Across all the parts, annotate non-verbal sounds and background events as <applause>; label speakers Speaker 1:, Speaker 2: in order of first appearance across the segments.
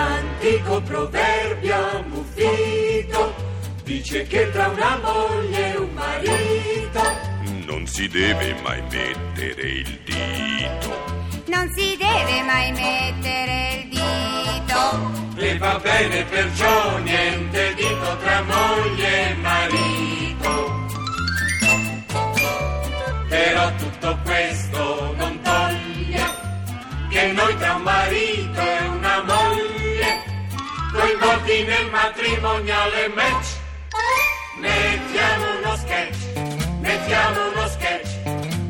Speaker 1: antico proverbio ammuffito dice che tra una moglie e un marito
Speaker 2: Non si deve mai mettere il dito.
Speaker 3: Non si deve mai mettere il dito.
Speaker 1: e va bene perciò niente dito tra moglie e marito. Però tutto questo non toglie che noi tra un marito e una moglie coinvolti nel matrimoniale match mettiamo uno sketch, mettiamo uno sketch,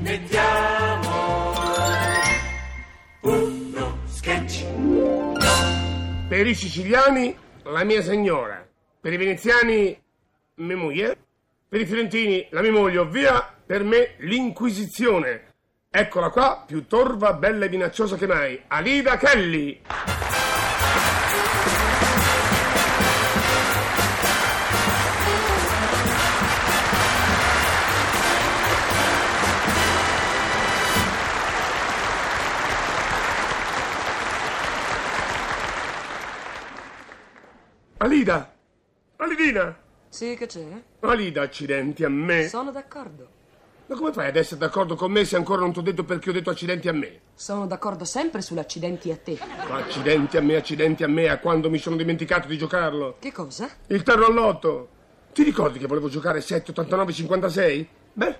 Speaker 1: mettiamo uno sketch.
Speaker 4: Per i siciliani, la mia signora. Per i veneziani, mia moglie. Per i fiorentini, la mia moglie, ovvia per me l'inquisizione. Eccola qua, più torva, bella e minacciosa che mai, Alida Kelly. Alida! Alidina!
Speaker 5: Sì, che c'è?
Speaker 4: Alida, accidenti a me.
Speaker 5: Sono d'accordo.
Speaker 4: Ma come fai ad essere d'accordo con me se ancora non ti ho detto perché ho detto accidenti a me?
Speaker 5: Sono d'accordo sempre sull'accidenti a te.
Speaker 4: Ma Accidenti a me, accidenti a me, a quando mi sono dimenticato di giocarlo.
Speaker 5: Che cosa?
Speaker 4: Il terno all'otto. Ti ricordi che volevo giocare 7, 89, 56? Beh,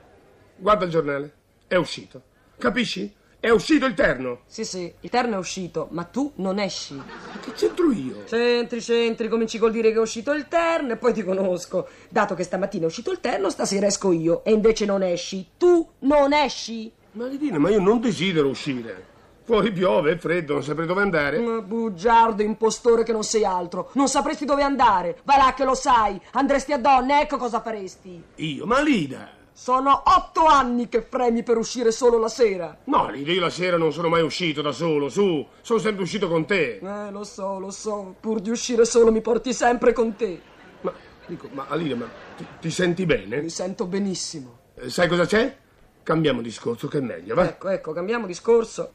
Speaker 4: guarda il giornale. È uscito. Capisci? È uscito il terno.
Speaker 5: Sì, sì, il terno è uscito, ma tu non esci.
Speaker 4: Ma che c'entro io?
Speaker 5: Centri, centri, cominci col dire che è uscito il terno e poi ti conosco. Dato che stamattina è uscito il terno, stasera esco io e invece non esci. Tu non esci.
Speaker 4: Maledina, ma io non desidero uscire. Fuori piove, è freddo, non saprei dove andare.
Speaker 5: Ma Bugiardo, impostore che non sei altro. Non sapresti dove andare. Va là che lo sai. Andresti a donne, ecco cosa faresti.
Speaker 4: Io, ma Lida!
Speaker 5: Sono otto anni che fremi per uscire solo la sera.
Speaker 4: No, Lida, io la sera non sono mai uscito da solo, su. Sono sempre uscito con te.
Speaker 5: Eh, lo so, lo so. Pur di uscire solo mi porti sempre con te.
Speaker 4: Ma, dico, ma Alida, ma ti, ti senti bene?
Speaker 5: Mi sento benissimo.
Speaker 4: Eh, Sai cosa c'è? Cambiamo discorso, che è meglio, va?
Speaker 5: Ecco, ecco, cambiamo discorso.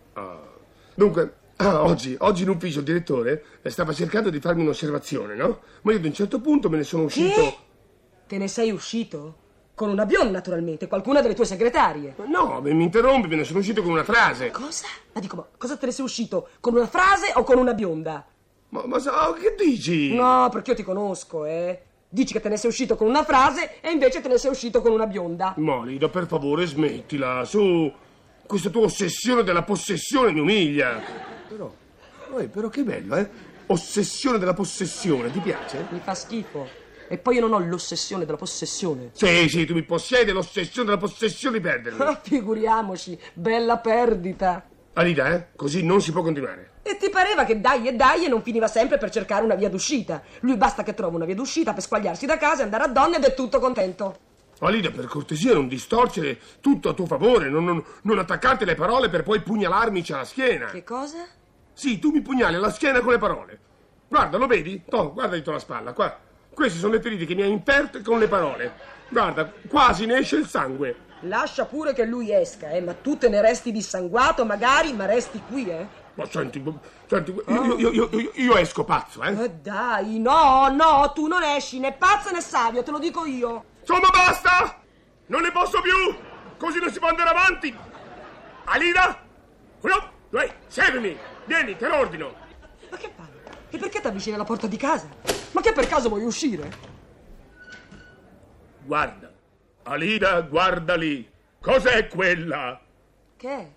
Speaker 4: Dunque, <clears throat> ah, oggi, oggi in ufficio il direttore eh, stava cercando di farmi un'osservazione, no? Ma io ad un certo punto me ne sono uscito.
Speaker 5: Te ne sei uscito? Con una bionda, naturalmente, qualcuna delle tue segretarie.
Speaker 4: Ma No, beh, mi interrompi, me ne sono uscito con una frase.
Speaker 5: Cosa? Ma dico, ma cosa te ne sei uscito? Con una frase o con una bionda?
Speaker 4: Ma, ma sa- oh, che dici?
Speaker 5: No, perché io ti conosco, eh. Dici che te ne sei uscito con una frase e invece te ne sei uscito con una bionda.
Speaker 4: Molida, per favore, smettila, su. Questa tua ossessione della possessione mi umilia. Però, eh, però che bello, eh? Ossessione della possessione, ti piace?
Speaker 5: Mi fa schifo. E poi io non ho l'ossessione della possessione. <laughs>
Speaker 4: Sì, sì, tu mi possiedi l'ossessione della possessione di perdermi.
Speaker 5: Ma figuriamoci, bella perdita.
Speaker 4: Alida, eh? Così non si può continuare.
Speaker 5: E ti pareva che dai e dai e non finiva sempre per cercare una via d'uscita. Lui basta che trova una via d'uscita per squagliarsi da casa e andare a donna ed è tutto contento.
Speaker 4: Alida, per cortesia, non distorcere tutto a tuo favore, non, non- non attaccarti le parole per poi pugnalarmi alla schiena.
Speaker 5: Che cosa?
Speaker 4: Sì, tu mi pugnali alla schiena con le parole. Guarda, lo vedi? Toh, guarda dietro la spalla, qua. Queste sono le ferite che mi hai inferto con le parole. Guarda, quasi ne esce il sangue.
Speaker 5: Lascia pure che lui esca, eh, ma tu te ne resti dissanguato magari, ma resti qui, eh.
Speaker 4: Ma senti, bu- senti, io, io- io- io- io esco pazzo, eh?
Speaker 5: Ma dai, no, no, tu non esci né pazzo né savio, te lo dico io.
Speaker 4: Insomma, basta! Non ne posso più! Così non si può andare avanti! Alida! Uno, due, seguimi! Vieni, te lo ordino!
Speaker 5: Ma che fai? E perché ti avvicini alla porta di casa? Ma che per caso vuoi uscire?
Speaker 4: Guarda, Alida, guarda lì. Cos'è quella?
Speaker 5: Che è?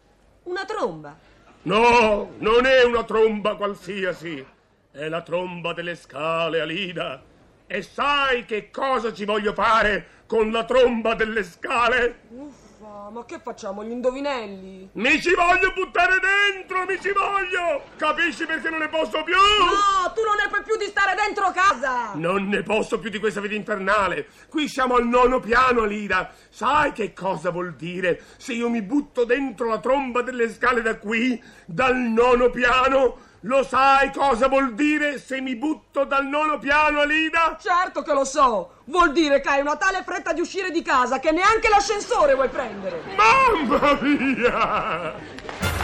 Speaker 5: Una tromba.
Speaker 4: No, non è una tromba qualsiasi. È la tromba delle scale, Alida. E sai che cosa ci voglio fare con la tromba delle scale?
Speaker 5: Uffa, ma che facciamo, gli indovinelli?
Speaker 4: Mi ci voglio buttare dentro, mi ci voglio! Capisci perché non ne posso più?
Speaker 5: No, tu non ne puoi più di stare dentro casa!
Speaker 4: Non ne posso più di questa vita infernale. Qui siamo al nono piano, Alida. Sai che cosa vuol dire se io mi butto dentro la tromba delle scale da qui, dal nono piano? Lo sai cosa vuol dire se mi butto dal nono piano, Alida?
Speaker 5: Certo che lo so! Vuol dire che hai una tale fretta di uscire di casa che neanche l'ascensore vuoi prendere!
Speaker 4: Mamma mia!